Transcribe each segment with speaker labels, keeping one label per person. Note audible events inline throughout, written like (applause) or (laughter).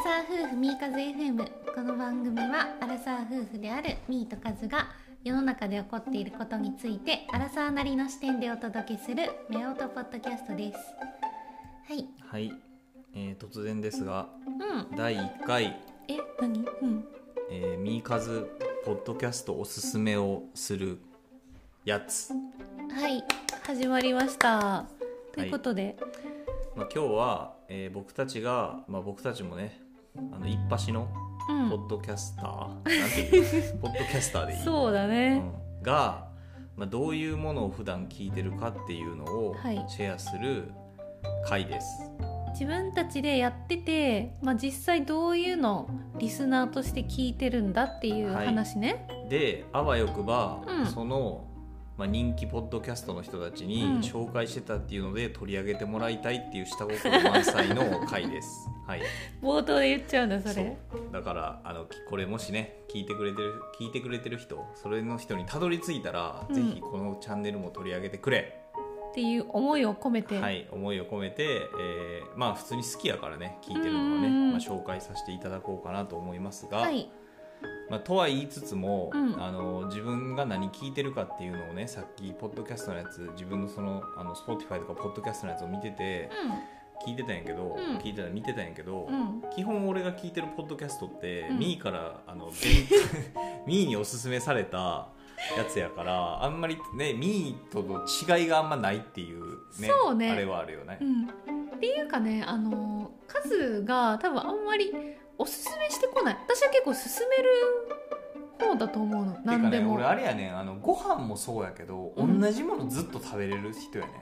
Speaker 1: カズ FM この番組はアラサー夫婦であるミーとカズが世の中で起こっていることについてアラサーなりの視点でお届けするメオトポッドキャストですはい
Speaker 2: はい、えー、突然ですが
Speaker 1: うん
Speaker 2: 第1回、
Speaker 1: え何うん
Speaker 2: えー、ミーカズポッドキャストおすすめをするやつ、
Speaker 1: はい始まりましたということで、
Speaker 2: まあ、今日は、えー僕たちが、まあ、僕たちもねあの一発の
Speaker 1: うん
Speaker 2: ポッドキャスター、なんていう
Speaker 1: (laughs)
Speaker 2: のポッドキャスターでいい、
Speaker 1: そうだ
Speaker 2: う
Speaker 1: ね、
Speaker 2: んが、まあ、どういうものを普段聞いてるかっていうのを
Speaker 1: はい
Speaker 2: シェアする回です、
Speaker 1: 自分たちでやってて、まあ、実際どういうのリスナーとして聞いてるんだっていう話ね、
Speaker 2: であわよくば、
Speaker 1: うん
Speaker 2: その、まあ、人気ポッドキャストの人たちに
Speaker 1: うん
Speaker 2: 紹介してたっていうので取り上げてもらいたいっていう下心満載の
Speaker 1: (laughs)
Speaker 2: 回です。はい、
Speaker 1: 冒頭で言っちゃうんだそれ
Speaker 2: そうだからあのきこれもしね聞いてくれてる聞いてくれてる人それの人にたどり着いたら、
Speaker 1: うん
Speaker 2: ぜひこのチャンネルも取り上げてくれ、
Speaker 1: っていう思いを込めて、
Speaker 2: はい、思いを込めて、えーまあ普通に好きやからね聞いてるのをね、
Speaker 1: うんうんうん
Speaker 2: まあ、紹介させていただこうかなと思いますが。
Speaker 1: はい
Speaker 2: まあ、とは言いつつも、
Speaker 1: うん
Speaker 2: あの自分が何聞いてるかっていうのをねさっきポッドキャストのやつ自分のそのあの Spotify とかポッドキャストのやつを見てて聞いてたんやけど、
Speaker 1: うん
Speaker 2: 聞いてた見てたんやけど、
Speaker 1: うんうん
Speaker 2: 基本俺が聞いてるポッドキャストって、
Speaker 1: うん
Speaker 2: ミーからあの勉 (laughs) ミーにおすすめされたやつやからあんまりねミーとの違いがあんまないっていうね
Speaker 1: そうね
Speaker 2: あれはあるよね
Speaker 1: う。んっていうかねあのカズが多分あんまりおすすめしてこない私は結構勧める方だと思うの
Speaker 2: て
Speaker 1: 何
Speaker 2: か
Speaker 1: で
Speaker 2: ね
Speaker 1: も、
Speaker 2: 俺あれやねんあのご飯もそうやけど、
Speaker 1: うん
Speaker 2: 同じものずっと食べれる人やねん。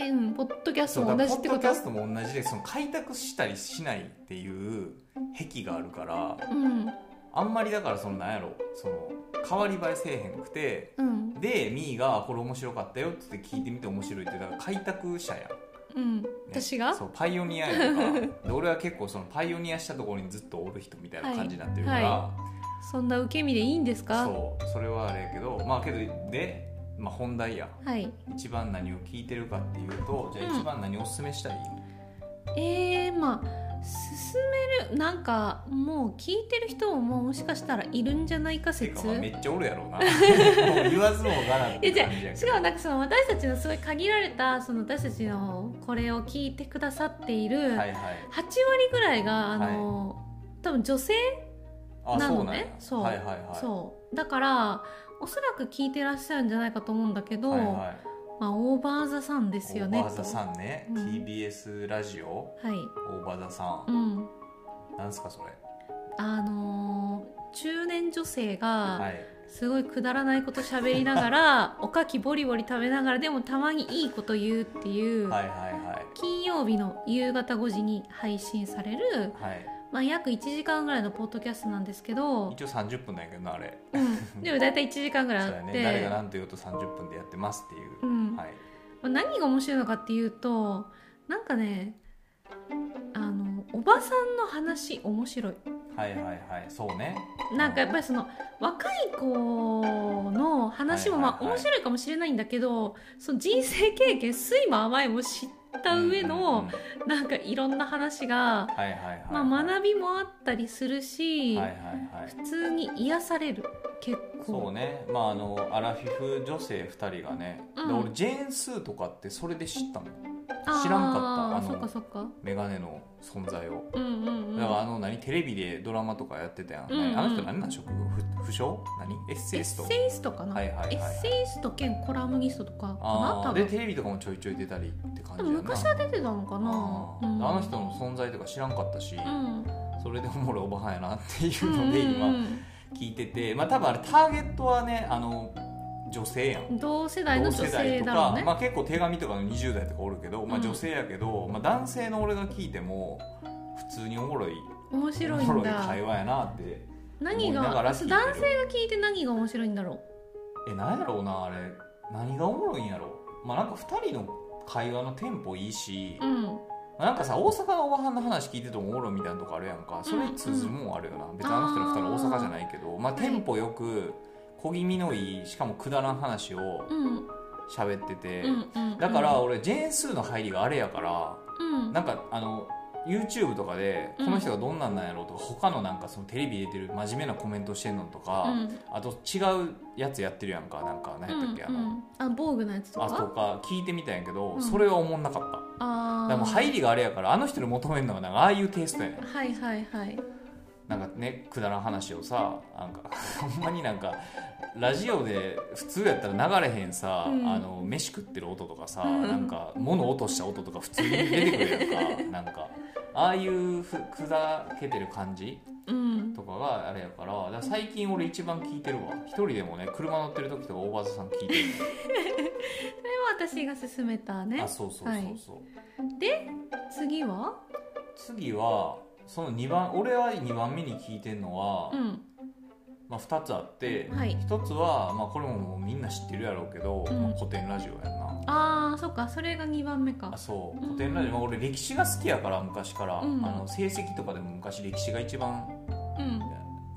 Speaker 1: えうんポッドキャス
Speaker 2: そ
Speaker 1: ト
Speaker 2: う
Speaker 1: も
Speaker 2: だ
Speaker 1: 同
Speaker 2: から
Speaker 1: じ
Speaker 2: ポ
Speaker 1: ってこ
Speaker 2: ッドキ
Speaker 1: と
Speaker 2: ャストも同じでその開拓したりしないっていう癖があるから
Speaker 1: うん
Speaker 2: あんまりだからそのなんやろその変わり映えせえへんくて
Speaker 1: うん
Speaker 2: でみーが「これ面白かったよ」っつって聞いてみて面白いってだから開拓者やん、ね
Speaker 1: うん、私が
Speaker 2: そうパイオニアやんかで俺は結構そのパイオニアしたところにずっとおる人みたいな感じになってるから、
Speaker 1: はそんな受け身でいいんですか
Speaker 2: そうそれはあれやけどまあけどで、まあ、本題や
Speaker 1: はい
Speaker 2: 一番何を聞いてるかっていうとじゃあ一番何をおすすめしたい、
Speaker 1: えー、まあ進めるなんかもう聞いてる人ももしかしたらいるんじゃないか
Speaker 2: て
Speaker 1: 説
Speaker 2: かまあめっちゃおるやろうな (laughs) もう言わずもがなって
Speaker 1: えじゃ
Speaker 2: 感
Speaker 1: あ
Speaker 2: じやけ
Speaker 1: し
Speaker 2: ど
Speaker 1: かもなんかその私たちのすごい限られたその私たちのこれを聞いてくださっている8
Speaker 2: は
Speaker 1: 割
Speaker 2: いはい
Speaker 1: ぐらいがあの、多分女性、
Speaker 2: あ
Speaker 1: な
Speaker 2: そ
Speaker 1: の
Speaker 2: うなんや
Speaker 1: ねそう
Speaker 2: はいはいはい
Speaker 1: そうだからおそらく聞いてらっしゃるんじゃないかと思うんだけど、
Speaker 2: はいはい
Speaker 1: まあ、オーバーザさんで
Speaker 2: オ
Speaker 1: すよ
Speaker 2: ー
Speaker 1: ね
Speaker 2: バーザさんね、
Speaker 1: うん
Speaker 2: TBS ラジオオ
Speaker 1: とはい
Speaker 2: ーバーザさ、
Speaker 1: うんん
Speaker 2: なんすかそれ
Speaker 1: あのー中年女性
Speaker 2: は
Speaker 1: が
Speaker 2: い
Speaker 1: すごいくだらないこと喋りながら、
Speaker 2: (laughs)
Speaker 1: おかきボリボリ食べながらでもたまにいいこと言うっていう、
Speaker 2: はいはいは
Speaker 1: 金曜日の夕方5時に配信される、
Speaker 2: いはい
Speaker 1: まあ、約1時間ぐらいのポッドキャストなんですけど、
Speaker 2: 一応30分だけどなあれ
Speaker 1: うん、でも大体1時間ぐらい
Speaker 2: そう
Speaker 1: あ
Speaker 2: や
Speaker 1: っ
Speaker 2: ね
Speaker 1: て、
Speaker 2: 誰が何と言おうと30分でやってますっていう
Speaker 1: う、んま
Speaker 2: はい
Speaker 1: あ、何が面白いのかっていうとなんかねあのおばさんの話面白い
Speaker 2: はいはいはいそうね
Speaker 1: なんかやっぱりその若い子の話もま
Speaker 2: はい
Speaker 1: あ
Speaker 2: はいは
Speaker 1: 面
Speaker 2: い
Speaker 1: 白いかもしれないんだけど、その人生経験酸いも甘いも知った上
Speaker 2: うん
Speaker 1: の
Speaker 2: うんうん
Speaker 1: なんかいろんな話が、
Speaker 2: はいはいはい
Speaker 1: まあ、学びもあったりするし、
Speaker 2: はいはいはい
Speaker 1: 普通に癒される結構
Speaker 2: そうねまああのアラフィフ女性2人がね、で
Speaker 1: うん
Speaker 2: 俺ジェーン・スーとかってそれで知ったもん
Speaker 1: あー
Speaker 2: 知らんかったあの
Speaker 1: そっかそっか
Speaker 2: メガネの存在を、
Speaker 1: うんうんうん
Speaker 2: だからあの何テレビでドラマとかやってたやん、
Speaker 1: うんうん
Speaker 2: 何あの人何なん職業不不詳何エッセ
Speaker 1: エッ
Speaker 2: イスト
Speaker 1: セイストかな、
Speaker 2: はいはいはいはい
Speaker 1: エッセイスト兼コラムニストとかかな
Speaker 2: あ
Speaker 1: 多
Speaker 2: ーで
Speaker 1: 分
Speaker 2: テレビとかもちょいちょい出たりって感
Speaker 1: で
Speaker 2: じ
Speaker 1: も
Speaker 2: やんな
Speaker 1: 昔は出てたのか
Speaker 2: あー
Speaker 1: な、うん
Speaker 2: あの人の存在とか知らんかったし、
Speaker 1: うん
Speaker 2: それでおもろいおばはんやなっていううので
Speaker 1: んうん
Speaker 2: 今聞いてて、まあ多分あれターゲットはねあの女性やん
Speaker 1: うん同世代の
Speaker 2: 同
Speaker 1: 女
Speaker 2: 世代
Speaker 1: 性
Speaker 2: と
Speaker 1: だろ
Speaker 2: か、
Speaker 1: うね、
Speaker 2: まあ、結構手紙とかの20代とかおるけど、ま
Speaker 1: う
Speaker 2: あ、
Speaker 1: ん
Speaker 2: 女性やけど、まあ、男性の俺が聞いても普通におもろい
Speaker 1: 面白い
Speaker 2: おも
Speaker 1: ん
Speaker 2: ろい
Speaker 1: だ
Speaker 2: 会話やなって
Speaker 1: 何が
Speaker 2: 思いながら聞いてる
Speaker 1: 男性が聞いて何が面白いんだろ
Speaker 2: え何やろうなあれ何がおもろいんやろまあなんか2人の会話のテンポいいし、
Speaker 1: う、うん、
Speaker 2: まあなんかさ大阪のおばはんの話聞いててもおもろいみたいなとこあるやんかそれに通ずるもんあるよな、別にあの人ら2人は大阪じゃないけどまあテンポよく小気味のいいしかもくだらん話を
Speaker 1: うん
Speaker 2: 喋ってて、
Speaker 1: うんうん
Speaker 2: だから俺ジェーン・スーの入りがあれやから
Speaker 1: うん
Speaker 2: なんかあの YouTube とかで
Speaker 1: うん
Speaker 2: この人がどんなんなんやろうとか、他のなんかそのテレビで出てる真面目なコメントしてんのとか、
Speaker 1: うん
Speaker 2: あと違うやつやってるやんかなんか何やったっけ、
Speaker 1: うんう
Speaker 2: あの
Speaker 1: ん、あ防具のやつとか
Speaker 2: あとか聞いてみたんやけど、
Speaker 1: うん
Speaker 2: それは思んなかった
Speaker 1: あー
Speaker 2: だからもう入りがあれやからあの人に求めるのがなんかああいうテイストやねん
Speaker 1: はいはいはい
Speaker 2: なんかねくだらん話をさなんかほんまになんかラジオで普通やったら流れへんさ、
Speaker 1: うん
Speaker 2: あの飯食ってる音とかさ、
Speaker 1: うん
Speaker 2: なんか物落とした音とか普通に出てくるや
Speaker 1: (laughs)
Speaker 2: んかなんかああいうふ砕けてる感じ
Speaker 1: うん
Speaker 2: とかがあれやからだから最近俺一番聞いてるわ一人でもね車乗ってる時とか大場さん聞いてる、
Speaker 1: それは私が勧めたね
Speaker 2: あそうそうそうそう、
Speaker 1: 次は
Speaker 2: 次はその2番俺は2番目に聞いてるのは、
Speaker 1: うん
Speaker 2: まあ、2つあって、
Speaker 1: はい
Speaker 2: 1つは、まあ、これももうみんな知ってるやろうけど、
Speaker 1: うん
Speaker 2: まあ、古典ラジオやんな
Speaker 1: あーそっかそれが2番目か
Speaker 2: あそう
Speaker 1: うん
Speaker 2: 古典ラジオ、まあ、俺歴史が好きやから昔から、
Speaker 1: うん
Speaker 2: あの成績とかでも昔歴史が一番、
Speaker 1: うん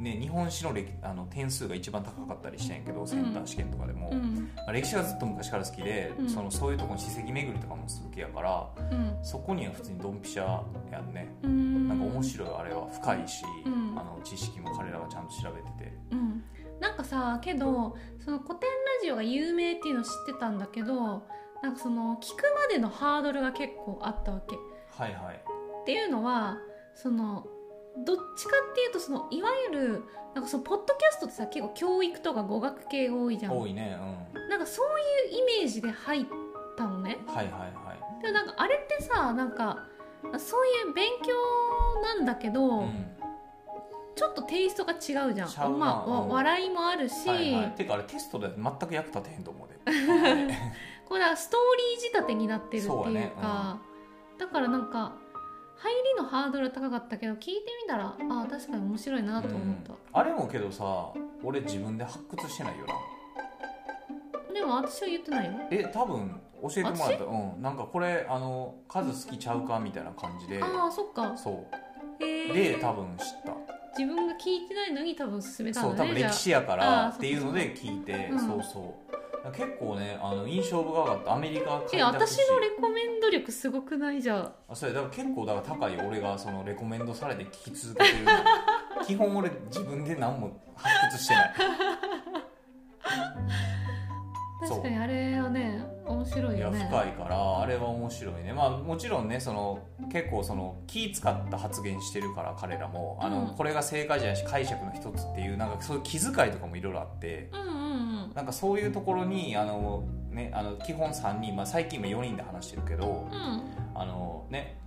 Speaker 2: ね、日本史の歴あの点数が一番高かったりしたんやけどセンター試験とかでも、
Speaker 1: うん
Speaker 2: まあ、歴史がずっと昔から好きで、
Speaker 1: うん
Speaker 2: そのそういうとこの史跡巡りとかも好きやから
Speaker 1: うん
Speaker 2: そこには普通にドンピシャやんね
Speaker 1: うん
Speaker 2: なんか面白いあれは深いし、
Speaker 1: うん
Speaker 2: あの知識も彼らがちゃんと調べてて、
Speaker 1: うんなんかさけどその古典ラジオが有名っていうの知ってたんだけどなんかその聞くまでのハードルが結構あったわけ。っ
Speaker 2: はいはい
Speaker 1: ていうのはそのどっちかっていうとそのいわゆるなんかそのポッドキャストってさ結構教育とか語学系が多いじゃん。
Speaker 2: 多いねう
Speaker 1: なんかそういうイメージで入ったのね。
Speaker 2: んはいはいはい
Speaker 1: でもなんかあれってさなんかそういう勉強なんだけど、
Speaker 2: うん
Speaker 1: ちょっとテイストが違うじゃん。
Speaker 2: ちゃうな
Speaker 1: まあわ
Speaker 2: うん
Speaker 1: 笑いもあるし、
Speaker 2: はいはいてかあれテストで全く役立てへんと思うで
Speaker 1: これはストーリー仕立てになってるっていうか
Speaker 2: そうやね
Speaker 1: だからなんか入りのハードルは高かったけど聞いてみたらああ確かに面白いなと思った、
Speaker 2: あれもけどさ俺自分で発掘してないよな
Speaker 1: でも私は言ってないよ
Speaker 2: え多分教えてもらったうんなんかこれあの数好きちゃうかみたいな感じで
Speaker 1: ああそっか
Speaker 2: そ
Speaker 1: へ
Speaker 2: う
Speaker 1: え
Speaker 2: で多分知った
Speaker 1: 自分が聞いてないのに多分進めた
Speaker 2: そ
Speaker 1: ん
Speaker 2: う
Speaker 1: だ
Speaker 2: 多
Speaker 1: ね
Speaker 2: 分
Speaker 1: じゃ
Speaker 2: 歴
Speaker 1: あ
Speaker 2: 史やか
Speaker 1: あ
Speaker 2: ら
Speaker 1: ー
Speaker 2: っていうので聞いて
Speaker 1: そっか
Speaker 2: そ
Speaker 1: うん
Speaker 2: うそう結構ねあの印象深かったアメリカ
Speaker 1: え
Speaker 2: 開拓
Speaker 1: 私
Speaker 2: 史
Speaker 1: のレコメンド力すごくないじゃん
Speaker 2: あそれだから結構だから高い俺がそのレコメンドされて聞き続
Speaker 1: (laughs)
Speaker 2: けてる基本俺自分で何も発掘してないそう
Speaker 1: 確かにあれはね面白
Speaker 2: い
Speaker 1: い
Speaker 2: や
Speaker 1: よ
Speaker 2: 深
Speaker 1: ね
Speaker 2: いからあれは面白いねまあもちろんねその結構その気使った発言してるから彼らもあの、
Speaker 1: うん
Speaker 2: これが正解じゃないし解釈の一つっていうなんかそういう気遣いとかもいろいろあって
Speaker 1: うんうんうん
Speaker 2: なんかそういうところにあの、ね、あの基本3人、まあ、最近も4人で話してるけど
Speaker 1: うん
Speaker 2: あのね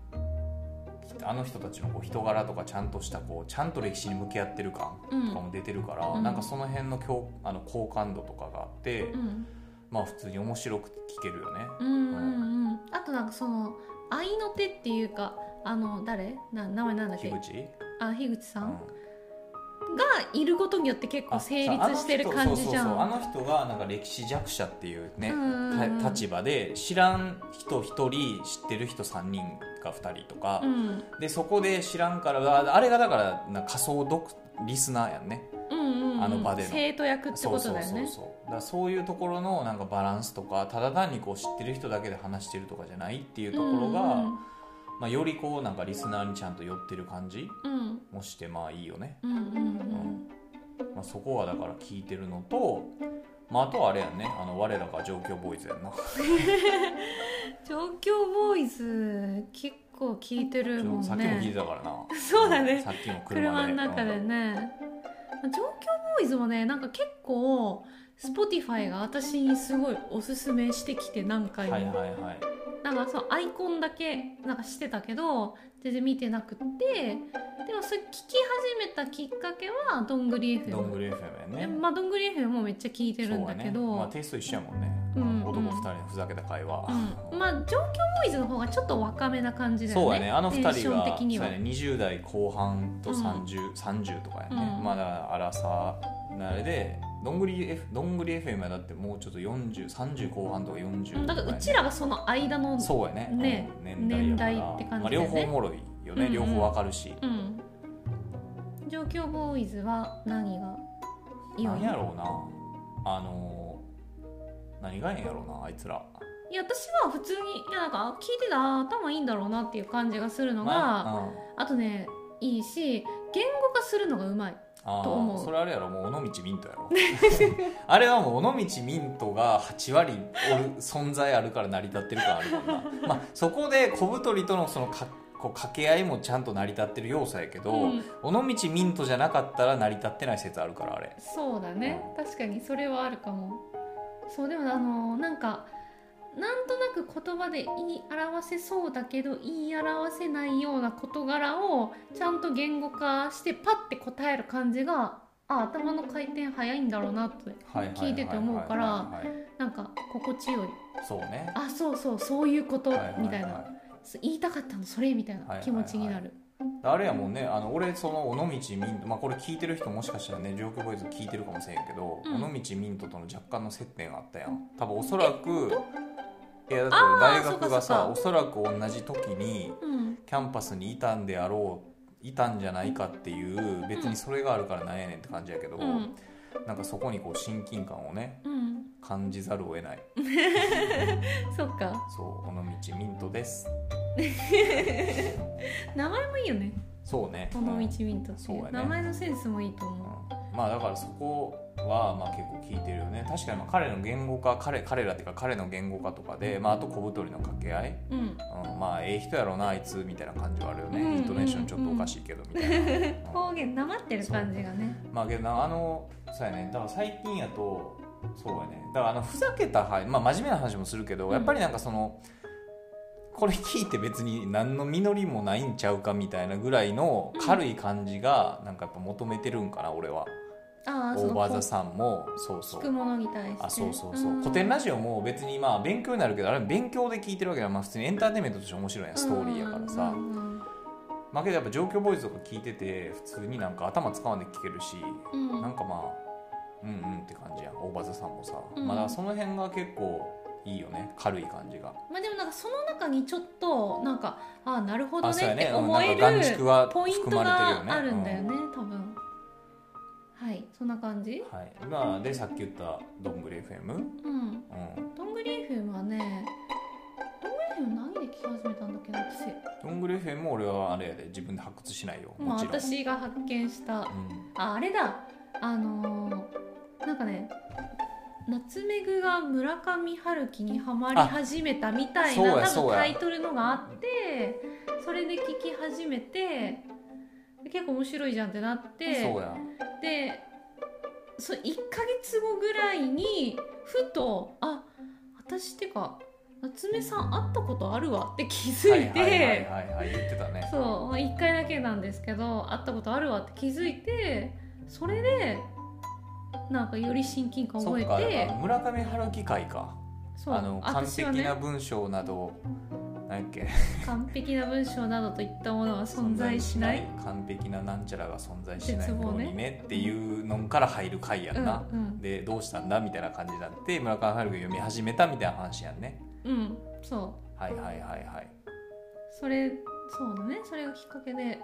Speaker 2: あの人たちのこう人柄とかちゃんとしたこうちゃんと歴史に向き合ってる感
Speaker 1: うん
Speaker 2: とかも出てるから、
Speaker 1: うん
Speaker 2: なんかその辺の共あの好感度とかがあって、
Speaker 1: うん
Speaker 2: まあ普通に面白く聞けるよね。
Speaker 1: うんうんうんあとなんかその合いの手っていうかあの誰な名前なんだっけ
Speaker 2: 樋口、
Speaker 1: あ樋口さ
Speaker 2: うん
Speaker 1: ん、がいることによって結構成立してる感じじゃ
Speaker 2: そうそうそうんあの人がなんか歴史弱者っていうね、
Speaker 1: うん
Speaker 2: た立場で知らん人1人知ってる人3人か2人とか、
Speaker 1: うん
Speaker 2: でそこで知らんからああれがだからなんか仮想読リスナーやんね。
Speaker 1: うんうんうん
Speaker 2: あの場での
Speaker 1: 生徒役って
Speaker 2: そ
Speaker 1: こ
Speaker 2: うそ
Speaker 1: と
Speaker 2: う
Speaker 1: だよ
Speaker 2: そう
Speaker 1: ね
Speaker 2: そうだからそういうところのなんかバランスとかただ単にこう知ってる人だけで話してるとかじゃないっていうところが、まあ、よりこうなんかリスナーにちゃんと寄ってる感じ
Speaker 1: うんうん
Speaker 2: もしてまあいいよね、
Speaker 1: うんうんうんう
Speaker 2: うん
Speaker 1: ん
Speaker 2: まあ、そこはだから聞いてるのと、まあ、あとはあれやんねあの我らが上京ボーイズやんな
Speaker 1: 状況ボーイズ結構聞いてるもんね
Speaker 2: さっきも聞いてたからな
Speaker 1: (laughs) そうだね
Speaker 2: さっきも
Speaker 1: 車
Speaker 2: 車で
Speaker 1: の中で
Speaker 2: うん
Speaker 1: ね、まあ状況ボーイズもねなんか結構 Spotify が私にすごいおすすめしてきて何回も、
Speaker 2: はいはいはい
Speaker 1: なんかそうアイコンだけなんかしてたけど全然見てなくってでもそれ聞き始めたきっかけはどんぐり FM
Speaker 2: どんぐり FM やん
Speaker 1: え
Speaker 2: ね
Speaker 1: まあどんぐり FM もめっちゃ聞いてるんだけ
Speaker 2: そうやねまあ、
Speaker 1: ど
Speaker 2: テイスト一緒やもんね、
Speaker 1: うん
Speaker 2: 男2人のふざけた会話、 (laughs)
Speaker 1: うんまあ状況ボーイズの方がちょっと若めな感じだよね
Speaker 2: そうやねあの2人が
Speaker 1: テンション的には
Speaker 2: そうやね、20代後半と
Speaker 1: うん
Speaker 2: 30,、30とかやね、
Speaker 1: うん
Speaker 2: まあだから荒さなれでどんぐり F どんぐり FM はだってもうちょっと4030後半とか40
Speaker 1: うんだからうちらがその間の
Speaker 2: そうやね
Speaker 1: ね
Speaker 2: うん年代やか
Speaker 1: 年代
Speaker 2: ら
Speaker 1: って感
Speaker 2: まあ、
Speaker 1: じだよ
Speaker 2: 両
Speaker 1: ね
Speaker 2: 方おもろいよ
Speaker 1: う
Speaker 2: ね、
Speaker 1: んうん
Speaker 2: 両方わかるし、
Speaker 1: うん状況ボーイズは何がいい
Speaker 2: な
Speaker 1: わ
Speaker 2: んやろうなあのー何がええんやろうなあいつら
Speaker 1: いいや私は普通にいやなんか聞いてた頭いいんだろうなっていう感じがするのが、
Speaker 2: まあうん
Speaker 1: あとねいいし言語化するのがうまい
Speaker 2: あ
Speaker 1: と思
Speaker 2: あ
Speaker 1: う
Speaker 2: それあれやろもう尾道ミントやろ (laughs) あれはもう尾道ミントが8割おる存在あるから成り立ってる感あるからな、まあ、そこで小太りとのそのかこう掛け合いもちゃんと成り立ってる要素やけど、
Speaker 1: うん
Speaker 2: 尾道ミントじゃなかったら成り立ってない説あるからあれ
Speaker 1: そうだね確かにそれはあるかもそうでもあのなんかなんとなく言葉で言い表せそうだけど言い表せないような事柄をちゃんと言語化してパッて答える感じがあ頭の回転早いんだろうなって聞いてて思うから
Speaker 2: はいはい
Speaker 1: なんか心地よい
Speaker 2: そうね
Speaker 1: あそうそうそういうこと
Speaker 2: はいはいはい
Speaker 1: みたいなそう言いたかったのそれみたい
Speaker 2: はいはい
Speaker 1: な
Speaker 2: はい
Speaker 1: 気持ちになる
Speaker 2: あれやもんねあの俺その尾道ミント、まあ、これ聞いてる人もしかしたらね状況ボーイズ聞いてるかもしれんけど、
Speaker 1: うん
Speaker 2: 尾道ミントとの若干の接点あったやん多分おそらくいやだ
Speaker 1: あー
Speaker 2: って大学がさ
Speaker 1: そう
Speaker 2: おそらく同じ時に
Speaker 1: うん
Speaker 2: キャンパスにいたんであろういたんじゃないかっていう別にそれがあるからなんやねんって感じやけど、
Speaker 1: うん
Speaker 2: なんかそこにこう親近感をね
Speaker 1: うん
Speaker 2: 感じざるを得ない
Speaker 1: そっか
Speaker 2: そう尾道ミントです
Speaker 1: 名前もいいよね
Speaker 2: そうね
Speaker 1: 尾道
Speaker 2: うん
Speaker 1: ミントって、
Speaker 2: そうやね
Speaker 1: 名前のセンスもいいと思う
Speaker 2: うんまあだからそこはまあ結構聞いてるよね確かにまあ彼の言語化彼彼らっていうか彼の言語化とかで、まあ、あと小太りの掛け合い、
Speaker 1: うん
Speaker 2: うん、まあええ人やろなあいつみたいな感じはあるよね、
Speaker 1: うん
Speaker 2: イントネーションちょっとおかしいけどみ
Speaker 1: (laughs)
Speaker 2: たいな、うん
Speaker 1: 方言なまってる感じがね
Speaker 2: まあけどなあのそうやねだから最近やとそうやねだからあのふざけた話、まあ、真面目な話もするけど、
Speaker 1: うん
Speaker 2: やっぱりなんかそのこれ聞いて別に何の実りもないんちゃうかみたいなぐらいの軽い感じがなんかやっぱ求めてるんかな俺は。
Speaker 1: ああそ
Speaker 2: オー
Speaker 1: の
Speaker 2: バーザさんもそうそ
Speaker 1: 聞く
Speaker 2: う
Speaker 1: ものに対して
Speaker 2: あそうそうそう古典ラジオも別にまあ勉強になるけどあれ勉強で聞いてるわけだからまあ普通にエンターテインメントとして面白いやんストーリーやからさ
Speaker 1: うんうん
Speaker 2: まあけどやっぱ上京ボーイズとか聞いてて普通になんか頭使わんで聞けるし
Speaker 1: うんうん
Speaker 2: なんかまあうんうんって感じやんオーバーザさんもさ
Speaker 1: うん
Speaker 2: まあだからその辺が結構いいよね軽い感じが
Speaker 1: まあでもなんかその中にちょっとなんかああなるほど
Speaker 2: あそ
Speaker 1: ね
Speaker 2: うや
Speaker 1: って
Speaker 2: ねうん
Speaker 1: 思
Speaker 2: な
Speaker 1: え
Speaker 2: んか眼
Speaker 1: る
Speaker 2: 蓄は
Speaker 1: ポイント
Speaker 2: 含まれてるよね
Speaker 1: があるんだよ
Speaker 2: うん
Speaker 1: ね多分はいそんな感じ
Speaker 2: はいまあでさっき言ったどんぐり FM うん
Speaker 1: うんどんぐり FM はねどんぐり FM 何で聞き始めたんだっけな私
Speaker 2: どんぐり FM 俺はあれやで自分で発掘しないよ
Speaker 1: ま
Speaker 2: も
Speaker 1: あ
Speaker 2: ちろん
Speaker 1: 私が発見した
Speaker 2: うん
Speaker 1: ああれだあのーなんかね夏目ぐが村上春樹にはまり始めたみたい
Speaker 2: あそう
Speaker 1: な
Speaker 2: や
Speaker 1: 多
Speaker 2: そう
Speaker 1: 分
Speaker 2: や
Speaker 1: タイトルのがあってそれで聞き始めてで結構面白いじゃんってなって
Speaker 2: そうや
Speaker 1: でそ1ヶ月後ぐらいにふとあ私ってか夏目さん会ったことあるわって気づいて。
Speaker 2: はいはいはいはいはい、言ってたね
Speaker 1: そう、まあ、1回だけなんですけど会ったことあるわって気づいてそれでなんかより親近感覚え
Speaker 2: そっかだ
Speaker 1: て
Speaker 2: から村上春樹会か
Speaker 1: そう
Speaker 2: あの完
Speaker 1: 私
Speaker 2: 璧
Speaker 1: はね
Speaker 2: な文章など何やっけ
Speaker 1: 完璧な文章などといったものは存在しない
Speaker 2: 存在しない完璧ななんちゃらが存在しない
Speaker 1: 絶望ね
Speaker 2: ものにねっていうのから入る回やんな、
Speaker 1: うん
Speaker 2: でどうしたんだみたいな感じになって村上春樹が読み始めたみたいな話やんね
Speaker 1: うん、うん、そう
Speaker 2: はいはいはいはい
Speaker 1: それそうだねそれがきっかけで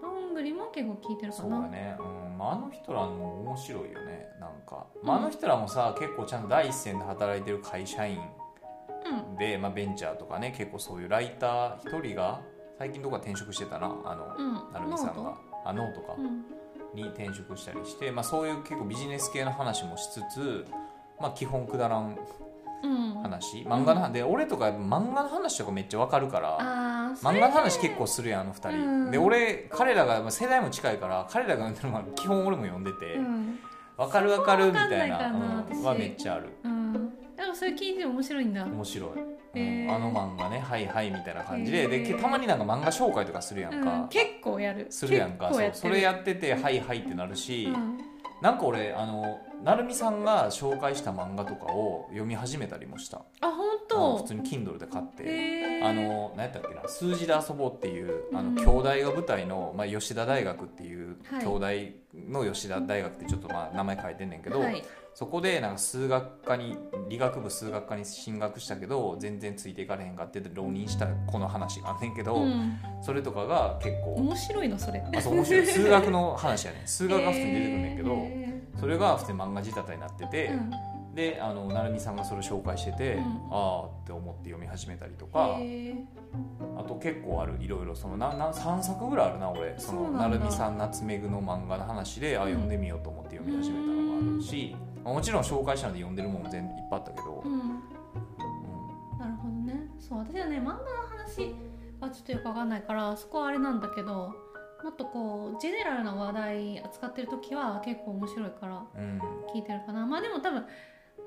Speaker 1: どんぐりも結構聞いてるか
Speaker 2: そう
Speaker 1: な
Speaker 2: だね、うんまあ、あの人らも面白いよねなんか、まあ、あの人らもさ結構ちゃんと第一線で働いてる会社員
Speaker 1: うん
Speaker 2: で、まあ、ベンチャーとかね結構そういうライター一人が最近どこか転職してたなあの、
Speaker 1: うん
Speaker 2: なるみ
Speaker 1: ノ
Speaker 2: さん
Speaker 1: ー
Speaker 2: が
Speaker 1: ト
Speaker 2: あノートか、
Speaker 1: うん
Speaker 2: に転職したりして、まあ、そういう結構ビジネス系の話もしつつ、まあ、基本くだらん
Speaker 1: うん
Speaker 2: 話漫画の話で俺とかやっぱ漫画の話とかめっちゃわかるから
Speaker 1: あーそ
Speaker 2: 漫
Speaker 1: れ
Speaker 2: 画の話結構するやんあの二人、
Speaker 1: うん
Speaker 2: で俺彼らがまあ世代も近いから彼らが読んでるのは基本俺も読んでて
Speaker 1: うん
Speaker 2: わ、かるわかるみたい
Speaker 1: そこはわか
Speaker 2: なん
Speaker 1: ないかな
Speaker 2: うん
Speaker 1: 私
Speaker 2: はめっちゃある
Speaker 1: うんでもそれ聞いても面白いんだ
Speaker 2: 面白い、
Speaker 1: へー
Speaker 2: うんあの漫画ねはいはいみたいな感じで,、
Speaker 1: へ
Speaker 2: で
Speaker 1: ー
Speaker 2: たまになんか漫画紹介とかするやん
Speaker 1: うん
Speaker 2: か、
Speaker 1: 結構やる
Speaker 2: するやんか
Speaker 1: 結構
Speaker 2: そ
Speaker 1: や
Speaker 2: う
Speaker 1: ってる
Speaker 2: それやっててはいはいってなるし、
Speaker 1: うん
Speaker 2: なんか俺あの成美さんが紹介した漫画とかを読み始めたりもした
Speaker 1: あ本
Speaker 2: あの普
Speaker 1: 当
Speaker 2: 通に Kindle で買って。
Speaker 1: へー
Speaker 2: あの何やったっけな数字で遊ぼうっていうあ
Speaker 1: うん
Speaker 2: の京大が舞台の、まあ、吉田大学っていう
Speaker 1: はい
Speaker 2: 京大の吉田大学ってちょっとまあ名前変えてんねんけど、
Speaker 1: はい
Speaker 2: そこでなんか数学科に理学部数学科に進学したけど全然ついていかれへんかって言って浪人した子の話があんねんけど、
Speaker 1: うん、
Speaker 2: それとかが結構
Speaker 1: 面白いのそれ
Speaker 2: あそう面白い数学の話やねん数学が普通に出てくんねんけど、
Speaker 1: へ
Speaker 2: それが普通に漫画仕立てになってて、
Speaker 1: ー
Speaker 2: であの成美さんがそれを紹介してて、
Speaker 1: うん
Speaker 2: ああって思って読み始めたりとか
Speaker 1: へえ
Speaker 2: あと結構あるいろいろそのなな3作ぐらいあるな俺そ
Speaker 1: そ
Speaker 2: の
Speaker 1: うなんだ
Speaker 2: 成美さん夏めぐの漫画の話であ
Speaker 1: うん
Speaker 2: 読んでみようと思って読み始めたのもあるし、まあもちろん紹介したので読んでるもん全いっぱいあったけど、
Speaker 1: うん
Speaker 2: うん
Speaker 1: なるほどねそう私はね漫画の話はちょっとよくわかんないからそこはあれなんだけどもっとこうジェネラルな話題扱ってる時は結構面白いから
Speaker 2: うん
Speaker 1: 聞いてるかなまあでも多分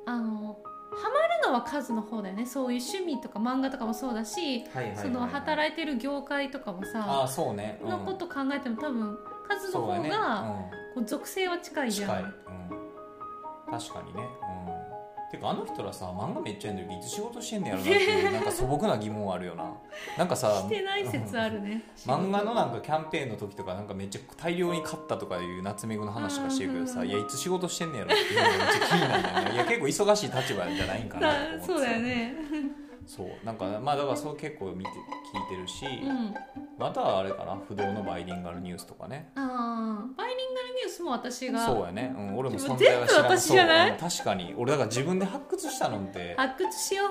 Speaker 1: あのハマるのは数の方だよねそういう趣味とか漫画とかもそうだし
Speaker 2: はいはいはい
Speaker 1: その働いてる業界とかも
Speaker 2: あ
Speaker 1: さ
Speaker 2: あそうね、うん
Speaker 1: のこと考えても多分数の
Speaker 2: そうだ
Speaker 1: 方
Speaker 2: ね
Speaker 1: が
Speaker 2: うん
Speaker 1: こう属性は近いじゃ
Speaker 2: 近い、うん
Speaker 1: ん。、
Speaker 2: 確かにね、うん、てかあの人らさ漫画めっちゃ読んでるけどいつ仕事してんねやろなっていうなんか素朴な疑問あるよななんかさ
Speaker 1: (laughs) してない説あるね。
Speaker 2: 漫画のなんかキャンペーンの時とかなんかめっちゃ大量に買ったとかいう夏目ぐの話とかしてるけど
Speaker 1: あ
Speaker 2: さ
Speaker 1: ー
Speaker 2: いやいつ仕事してんねやろっていうのがめっちゃ気にな
Speaker 1: (laughs)
Speaker 2: るんだよねいや結構忙しい立場じゃないんかなと思って
Speaker 1: だ
Speaker 2: さ
Speaker 1: そうだよね。
Speaker 2: そうなんかまあだからそう結構見て聞いてるし、
Speaker 1: うん。
Speaker 2: またはあれかな不動のバイリンガルニュースとかね
Speaker 1: ああ、バイリンガルニュースも私が
Speaker 2: そうやね、うん、俺も
Speaker 1: でも
Speaker 2: 存在は知ら
Speaker 1: 全部私じゃない
Speaker 2: そううん確かに俺だから自分で発掘したのって
Speaker 1: 発掘しよう。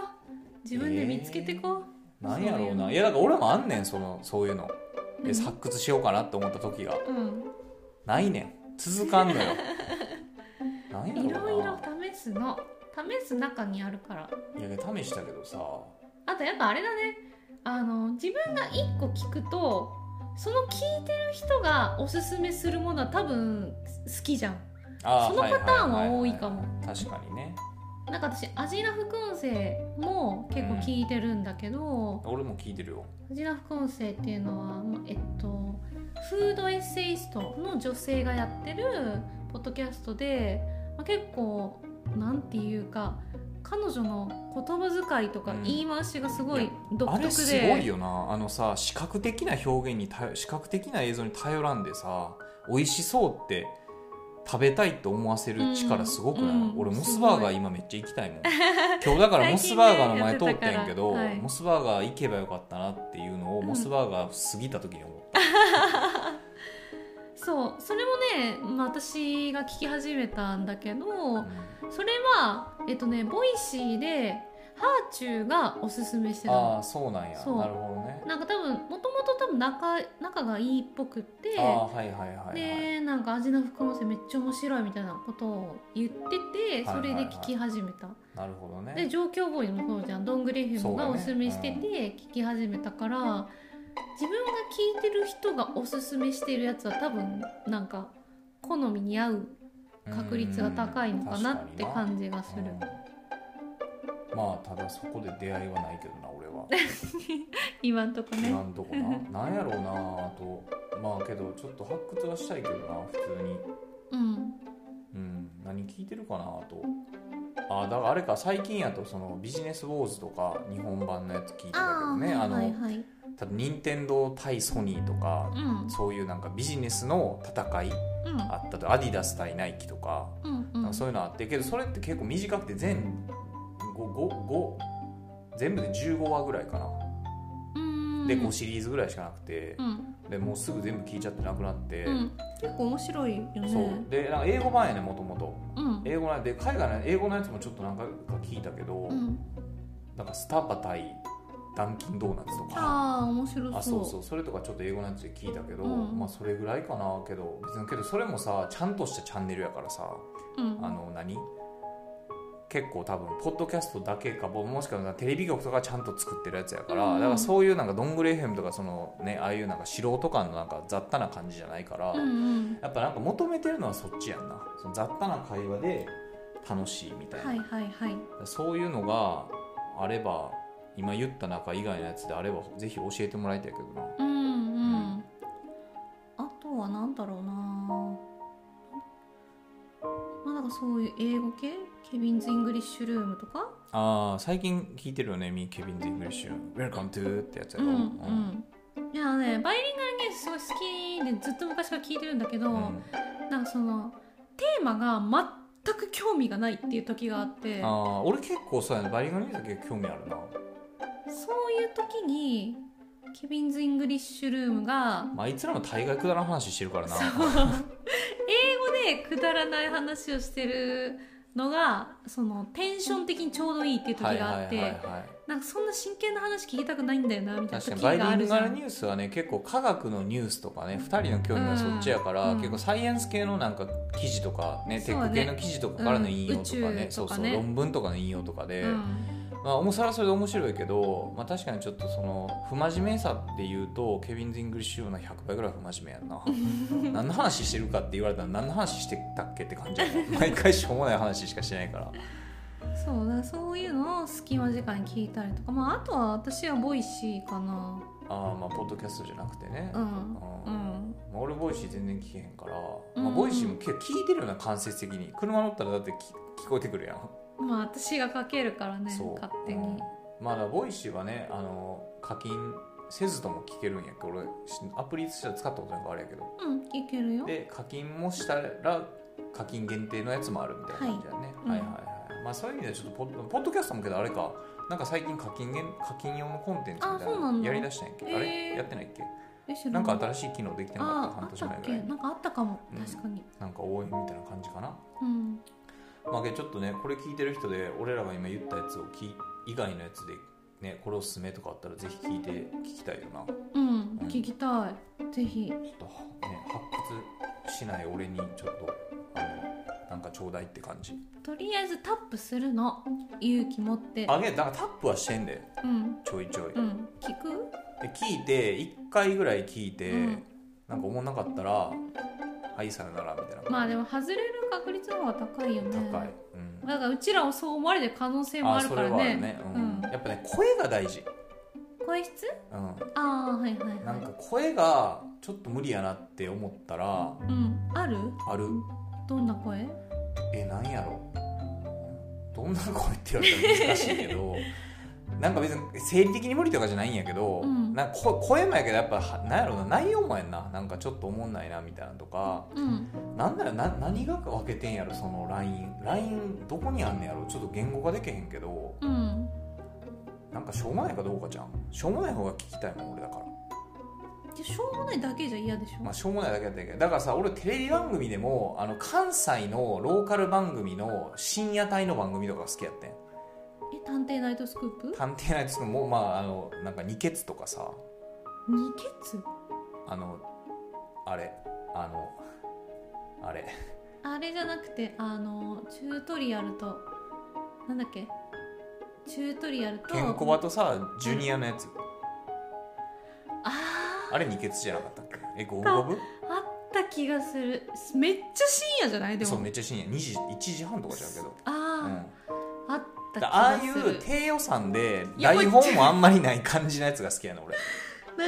Speaker 1: 自分で見つけてこう。
Speaker 2: なんやろう
Speaker 1: そ
Speaker 2: な
Speaker 1: う
Speaker 2: いやだから俺もあんねんそのそういうの
Speaker 1: う
Speaker 2: で
Speaker 1: ん
Speaker 2: 発掘しようかなって思った時が
Speaker 1: うの。
Speaker 2: ないねん続かんのよ
Speaker 1: (laughs)
Speaker 2: なん
Speaker 1: うん。い
Speaker 2: やろ
Speaker 1: ろ
Speaker 2: う
Speaker 1: いろ試すの。試す中にあるから。
Speaker 2: ないや試したけどさ
Speaker 1: あとやっぱあれだね。あの自分が一個聞くと、その聞いてる人がおすすめするものは多分好きじゃん。
Speaker 2: あ
Speaker 1: その
Speaker 2: いいいい
Speaker 1: パターンは多いかも
Speaker 2: 確かにね
Speaker 1: なんか私アジラ副音声も結構聞いてるんだけど、
Speaker 2: 俺も聞いてるよ
Speaker 1: アジラ副音声っていうのは、えっと、フードエッセイストの女性がやってるポッドキャストで、まあ、結構なんていうか彼女の言葉遣いとか
Speaker 2: うん
Speaker 1: 言い回しがすご
Speaker 2: い
Speaker 1: い
Speaker 2: や
Speaker 1: 独
Speaker 2: あ
Speaker 1: 特で、
Speaker 2: れすごいよなあのさ視覚的な表現に頼視覚的な映像に頼らんでさ美味しそうって食べたいって思わせる力すごくない、
Speaker 1: うんうん
Speaker 2: 俺モ
Speaker 1: す
Speaker 2: ス
Speaker 1: ごい
Speaker 2: バーガー今めっちゃ行きたいもん (laughs) 今日だからモスバーガーの前
Speaker 1: (laughs) 最
Speaker 2: 通
Speaker 1: 近ね
Speaker 2: ったんやけ
Speaker 1: や
Speaker 2: ど、
Speaker 1: ってたからはい
Speaker 2: モスバーガー行けばよかったなっていうのを、
Speaker 1: うん
Speaker 2: モスバーガー過ぎた時に思った
Speaker 1: そうそれもね、まあ、私が聞き始めたんだけど、
Speaker 2: うん
Speaker 1: それはえっとねボイシーでハーチューがおすすめしてたの
Speaker 2: ああそうなんや
Speaker 1: そう
Speaker 2: なるほどね
Speaker 1: なんか多分もともと多分仲仲がいいっぽくって
Speaker 2: ああはいはいはいはい、
Speaker 1: でなんか味の副音声めっちゃ面白いみたいなことを言っててそれで聞き始めた、
Speaker 2: なるほど
Speaker 1: で
Speaker 2: ね
Speaker 1: 上京ボーイの方じゃんどんぐりフェムがおすすめしてて
Speaker 2: そうだ
Speaker 1: 聞き始めたから、自分が聞いてる人がおすすめしてるやつは多分なんか好みに合う確率が高いのかなって
Speaker 2: じ
Speaker 1: 感じがする、
Speaker 2: うんまあただそこで出会いはないけどな
Speaker 1: (laughs)
Speaker 2: 俺は
Speaker 1: 今んとこね
Speaker 2: 今んとこななんやろうなあとまあけどちょっと発掘はしたいけどな普通に
Speaker 1: うん
Speaker 2: うん何聞いてるかなあとあだからあれか最近やとそのビジネスウォーズとか日本版のやつ聞いてたけど
Speaker 1: あ
Speaker 2: ね
Speaker 1: あ
Speaker 2: あ
Speaker 1: ーはいはい
Speaker 2: の
Speaker 1: はい
Speaker 2: 多分任天堂対ソニーとか
Speaker 1: うん
Speaker 2: そういうなんかビジネスの戦いあったとアディダス対ナイキとか
Speaker 1: うんうんう
Speaker 2: なん
Speaker 1: ん
Speaker 2: かそういうのあってけどそれって結構短くて全五五五全部で15話ぐらいかな
Speaker 1: うん
Speaker 2: で5シリーズぐらいしかなくて
Speaker 1: うん
Speaker 2: でもうすぐ全部聞いちゃってなくなって、
Speaker 1: うん、結構面白いよね
Speaker 2: そうでなんか英語版やねもともと
Speaker 1: うん
Speaker 2: 英語なんで海外の英語のやつもちょっと何回か聞いたけど、
Speaker 1: うん、
Speaker 2: なんかスタバ対ダンキンドーナツとか
Speaker 1: ああ面白そう
Speaker 2: あそうそうそれとかちょっと英語のやつで聞いたけど、
Speaker 1: うん
Speaker 2: まあそれぐらいかなけど別にけどそれもさちゃんとしたチャンネルやからさ
Speaker 1: うん、
Speaker 2: あの何結構多分ポッドキャストだけかももしくはテレビ局とかちゃんと作ってるやつやから、
Speaker 1: うんうん
Speaker 2: だからそういうなんかどんぐり FM とかそのねああいうなんか素人感のなんか雑多な感じじゃないから、
Speaker 1: うんうん
Speaker 2: やっぱなんか求めてるのはそっちやんなその雑多な会話で楽しいみたいな、
Speaker 1: はいはいはい
Speaker 2: そういうのがあれば今言った中以外のやつであればぜひ教えてもらいたいけどな
Speaker 1: うんうん、
Speaker 2: うん
Speaker 1: あとはなんだろうなまあなんかそういう英語系ケビンズ・イングリッシュルームとか
Speaker 2: あー最近聞いてるよねミー・ケビン・ディングリッシュ「Welcome to」ってやつや
Speaker 1: う
Speaker 2: ろ、
Speaker 1: んう
Speaker 2: うん
Speaker 1: んいやねバイリンガルニュースすごい好きでずっと昔から聞いてるんだけど、
Speaker 2: うん
Speaker 1: なんかそのテーマが全く興味がないっていう時があって
Speaker 2: あー俺結構そうやねバイリンガルニュースだけ興味あるな
Speaker 1: そういう時にケビンズ・イングリッシュルームが
Speaker 2: まあいつらも大概くだらん話してるからな
Speaker 1: そう英語でくだらない話をしてるのがそのテンション的にちょうどいいっていう時
Speaker 2: はい
Speaker 1: が
Speaker 2: は
Speaker 1: あっ
Speaker 2: いはい
Speaker 1: て
Speaker 2: はい
Speaker 1: なんかそんな真剣な話聞きたくないんだよなみたいな
Speaker 2: 確
Speaker 1: 時
Speaker 2: かにバイリ
Speaker 1: がある
Speaker 2: ン
Speaker 1: じゃ
Speaker 2: ガルニ
Speaker 1: ん。
Speaker 2: ュースはね結構科学のニュースとかね2人の興味
Speaker 1: うん
Speaker 2: がそっちやから、
Speaker 1: うん
Speaker 2: 結構サイエンス系のなんか記事とか、ね、
Speaker 1: そ
Speaker 2: テ
Speaker 1: う
Speaker 2: ッ
Speaker 1: だ
Speaker 2: ク
Speaker 1: ね
Speaker 2: 系の記事とかからの引用とかね,、
Speaker 1: うん宇宙
Speaker 2: そ
Speaker 1: と
Speaker 2: う
Speaker 1: か
Speaker 2: そ
Speaker 1: ね
Speaker 2: う論文とかの引用とかで、
Speaker 1: うん
Speaker 2: まあ、おもさらそれで面白いけど、まあ、確かにちょっとその不真面目さで言うとケビン・ズ・イングリッシュの100倍ぐらい不真面
Speaker 1: (laughs)
Speaker 2: 目やんな何の話してるかって言われたら何の話してたっけって感じやな毎回しょうもない話しかしてないから
Speaker 1: そうだからそういうのを隙間時間に聞いたりとか、まあ、あとは私はボイシーかな
Speaker 2: ああまあポッドキャストじゃなくてね、
Speaker 1: うん
Speaker 2: う
Speaker 1: うんん
Speaker 2: まあ俺ボイシー全然聞けへんから、
Speaker 1: うん
Speaker 2: まあ、ボイシーも結構聞いてるような間接的に車乗ったらだって聞聞こえてくるやん、
Speaker 1: まあ私がかけるからね
Speaker 2: そう
Speaker 1: 勝手に、
Speaker 2: うんまあだからボイシーはねあの課金せずとも聞けるんやけど俺しアプリとしては使ったことないからあれやけど
Speaker 1: うん、いけるよ
Speaker 2: で課金もしたら課金限定のやつもあるみたいな感じだよね、
Speaker 1: はい
Speaker 2: はい、はいはいまあそういう意味ではちょっとポッポッドキャストもけどあれかなんか最近課金限課金用のコンテンツみたい
Speaker 1: あそう
Speaker 2: な
Speaker 1: な
Speaker 2: の
Speaker 1: んだ
Speaker 2: やりだしたんやっけ、
Speaker 1: へー
Speaker 2: あれやってないっけ
Speaker 1: え知ら
Speaker 2: なんか新しい機能できてなかった
Speaker 1: ああ
Speaker 2: 半
Speaker 1: っ
Speaker 2: 年
Speaker 1: たっ
Speaker 2: 前ぐ
Speaker 1: け
Speaker 2: らい
Speaker 1: なんかあったかも、
Speaker 2: うん
Speaker 1: 確かに
Speaker 2: なんか応援みたいな感じかな
Speaker 1: うん
Speaker 2: まあけどちょっとねこれ聞いてる人で俺らが今言ったやつを聞い以外のやつでねこれおすすめとかあったらぜひ聞いて聞きたいよなちょ
Speaker 1: うん、聞きたいぜひ
Speaker 2: っと、ね、発掘しない俺にちょっとあのなんかちょうだいって感じ
Speaker 1: とりあえずタップするの勇気持って
Speaker 2: あげだからタップはしてんで
Speaker 1: うん
Speaker 2: ちょいちょい、
Speaker 1: うん聞く
Speaker 2: で聞いて1回ぐらい聞いて、
Speaker 1: うん
Speaker 2: なんか思わなかったら「はいさよなら」みたいな、
Speaker 1: まあでも外れる確率の方が高いよね
Speaker 2: 高い、うん、
Speaker 1: だからうちらをそう思われてる可能性もあるから
Speaker 2: それはあ
Speaker 1: ね
Speaker 2: るね、うん
Speaker 1: うん
Speaker 2: やっぱね声が大事、
Speaker 1: 声質
Speaker 2: うん、
Speaker 1: ああはいはい
Speaker 2: な
Speaker 1: は
Speaker 2: ん
Speaker 1: い
Speaker 2: か声がちょっと無理やなって思ったら
Speaker 1: うんある
Speaker 2: ある
Speaker 1: どんな声
Speaker 2: えなんやろどんな声って言われたら難しい
Speaker 1: (laughs)
Speaker 2: けどなんか別に生理的に無理とかじゃないんやけど、
Speaker 1: うん
Speaker 2: なんか声声もやけどやっぱはなんやろうな内容もやんななんかちょっと思んないなみたいなのとか
Speaker 1: うん
Speaker 2: なんだろうな何が分けてんやろその LINELINE どこにあんねやろちょっと言語化できへんけど
Speaker 1: うん
Speaker 2: なんかしょうもないかどうかじゃんしょうもない方が聞きたいもん俺だから。
Speaker 1: でしょうもないだけじゃ嫌でしょ、
Speaker 2: まあ、しょうもないだけだったけどだからさ俺テレビ番組でもあの関西のローカル番組の深夜帯の番組とかが好きやってん
Speaker 1: え探偵ナイトスクープ
Speaker 2: 探偵ナイトスクープもまああのなんか二ケツとかさ
Speaker 1: 二ケツ
Speaker 2: あのあれあのあれ
Speaker 1: あれじゃなくてあのチュートリアルとなんだっけチュートリアルと
Speaker 2: ケンコバとさジュニアのやつ
Speaker 1: あー
Speaker 2: あれ二ケツじゃなかったっけえ五五分
Speaker 1: あった気がするめっちゃ深夜じゃないで
Speaker 2: そう
Speaker 1: も
Speaker 2: めっちゃ深夜2時1時半とかじゃんけど、うん、
Speaker 1: ああ、
Speaker 2: だ
Speaker 1: あった気
Speaker 2: からああ
Speaker 1: が
Speaker 2: い
Speaker 1: す
Speaker 2: う
Speaker 1: る
Speaker 2: 低予算で
Speaker 1: いや
Speaker 2: 台本もあんまりない感じのやつが好きやの俺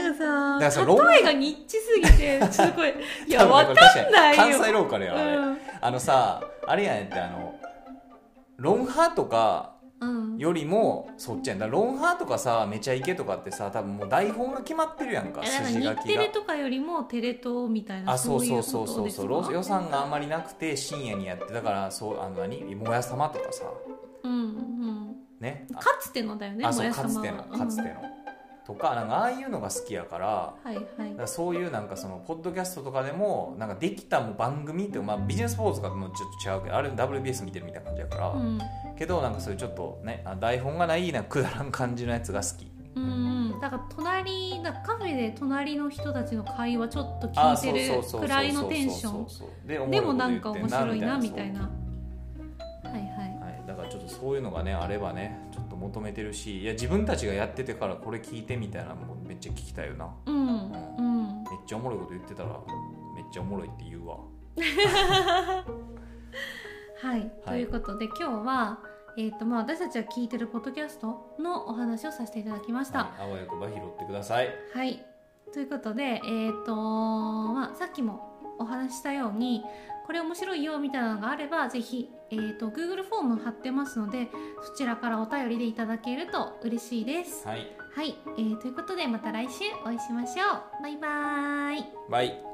Speaker 1: なん
Speaker 2: だ
Speaker 1: か
Speaker 2: から
Speaker 1: さ
Speaker 2: そのロー
Speaker 1: 例えがニッチすぎてちょっとこ
Speaker 2: (laughs)
Speaker 1: れいや
Speaker 2: 多分
Speaker 1: わ
Speaker 2: こ
Speaker 1: か
Speaker 2: れ
Speaker 1: ん
Speaker 2: 確か
Speaker 1: ない
Speaker 2: に
Speaker 1: よ
Speaker 2: 関西ローカルやわあれ、
Speaker 1: うん
Speaker 2: あのさあれやねんってあのロンハーとか
Speaker 1: うん
Speaker 2: よりもそっちやんだからロンハーとかさめちゃイケとかってさ多分もう台本が決まってるやんか
Speaker 1: え
Speaker 2: 筋
Speaker 1: なん
Speaker 2: 書
Speaker 1: か日
Speaker 2: き
Speaker 1: テ
Speaker 2: が
Speaker 1: レとかよりもテレ東みたいな
Speaker 2: あそうそうそう
Speaker 1: いこ
Speaker 2: そう
Speaker 1: と
Speaker 2: そう
Speaker 1: です
Speaker 2: ろ
Speaker 1: か
Speaker 2: 予算があんまりなくて深夜にやってだからそうあの何「もやさま」とかさ
Speaker 1: うんうん
Speaker 2: ねあ
Speaker 1: かつてのだよね
Speaker 2: あ
Speaker 1: も
Speaker 2: そう
Speaker 1: や
Speaker 2: か
Speaker 1: さ
Speaker 2: つ
Speaker 1: ま
Speaker 2: ての
Speaker 1: は
Speaker 2: かつての、とかなんかああいうのが好きやから
Speaker 1: うんはいはい
Speaker 2: だからそういうなんかそのポッドキャストとかでもなんかできたもう番組って、まあ、ビジネスポーツとかもちょっと違うけどあれ WBS 見てるみたいな感じやから、
Speaker 1: うん
Speaker 2: けどなんかそういうちょっとねあ台本がないなんかくだらん感じのやつが好き
Speaker 1: うんうんだから隣だカフェで隣の人たちの会話ちょっと
Speaker 2: あ
Speaker 1: 聞いてるくらいのテンション
Speaker 2: ンでおも
Speaker 1: でも
Speaker 2: ろいこと
Speaker 1: なん
Speaker 2: 言
Speaker 1: か
Speaker 2: って
Speaker 1: 面
Speaker 2: ん
Speaker 1: 白いなみ
Speaker 2: そう
Speaker 1: たいなはいはい
Speaker 2: はい、だからちょっとそういうのがねあればねちょっと求めてるしいや自分たちがやっててからこれ聞いてみたいなのもめっちゃ聞きたいよな
Speaker 1: うんうん
Speaker 2: めっちゃおもろいこと言ってたらめっちゃおもろいって言うわ
Speaker 1: はいということで今日はえーとまあ、私たちが聞いてるポッドキャストのお話をさせていただきました。
Speaker 2: はいあわよくば拾ってください
Speaker 1: はい、ということで、えーとまあ、さっきもお話ししたようにこれ面白いよみたいなのがあればぜひ、えー、と Google フォーム貼ってますのでそちらからお便りでいただけると嬉しいです。
Speaker 2: はい
Speaker 1: はい、えーということでまた来週お会いしましょう。バイバーイ
Speaker 2: バイ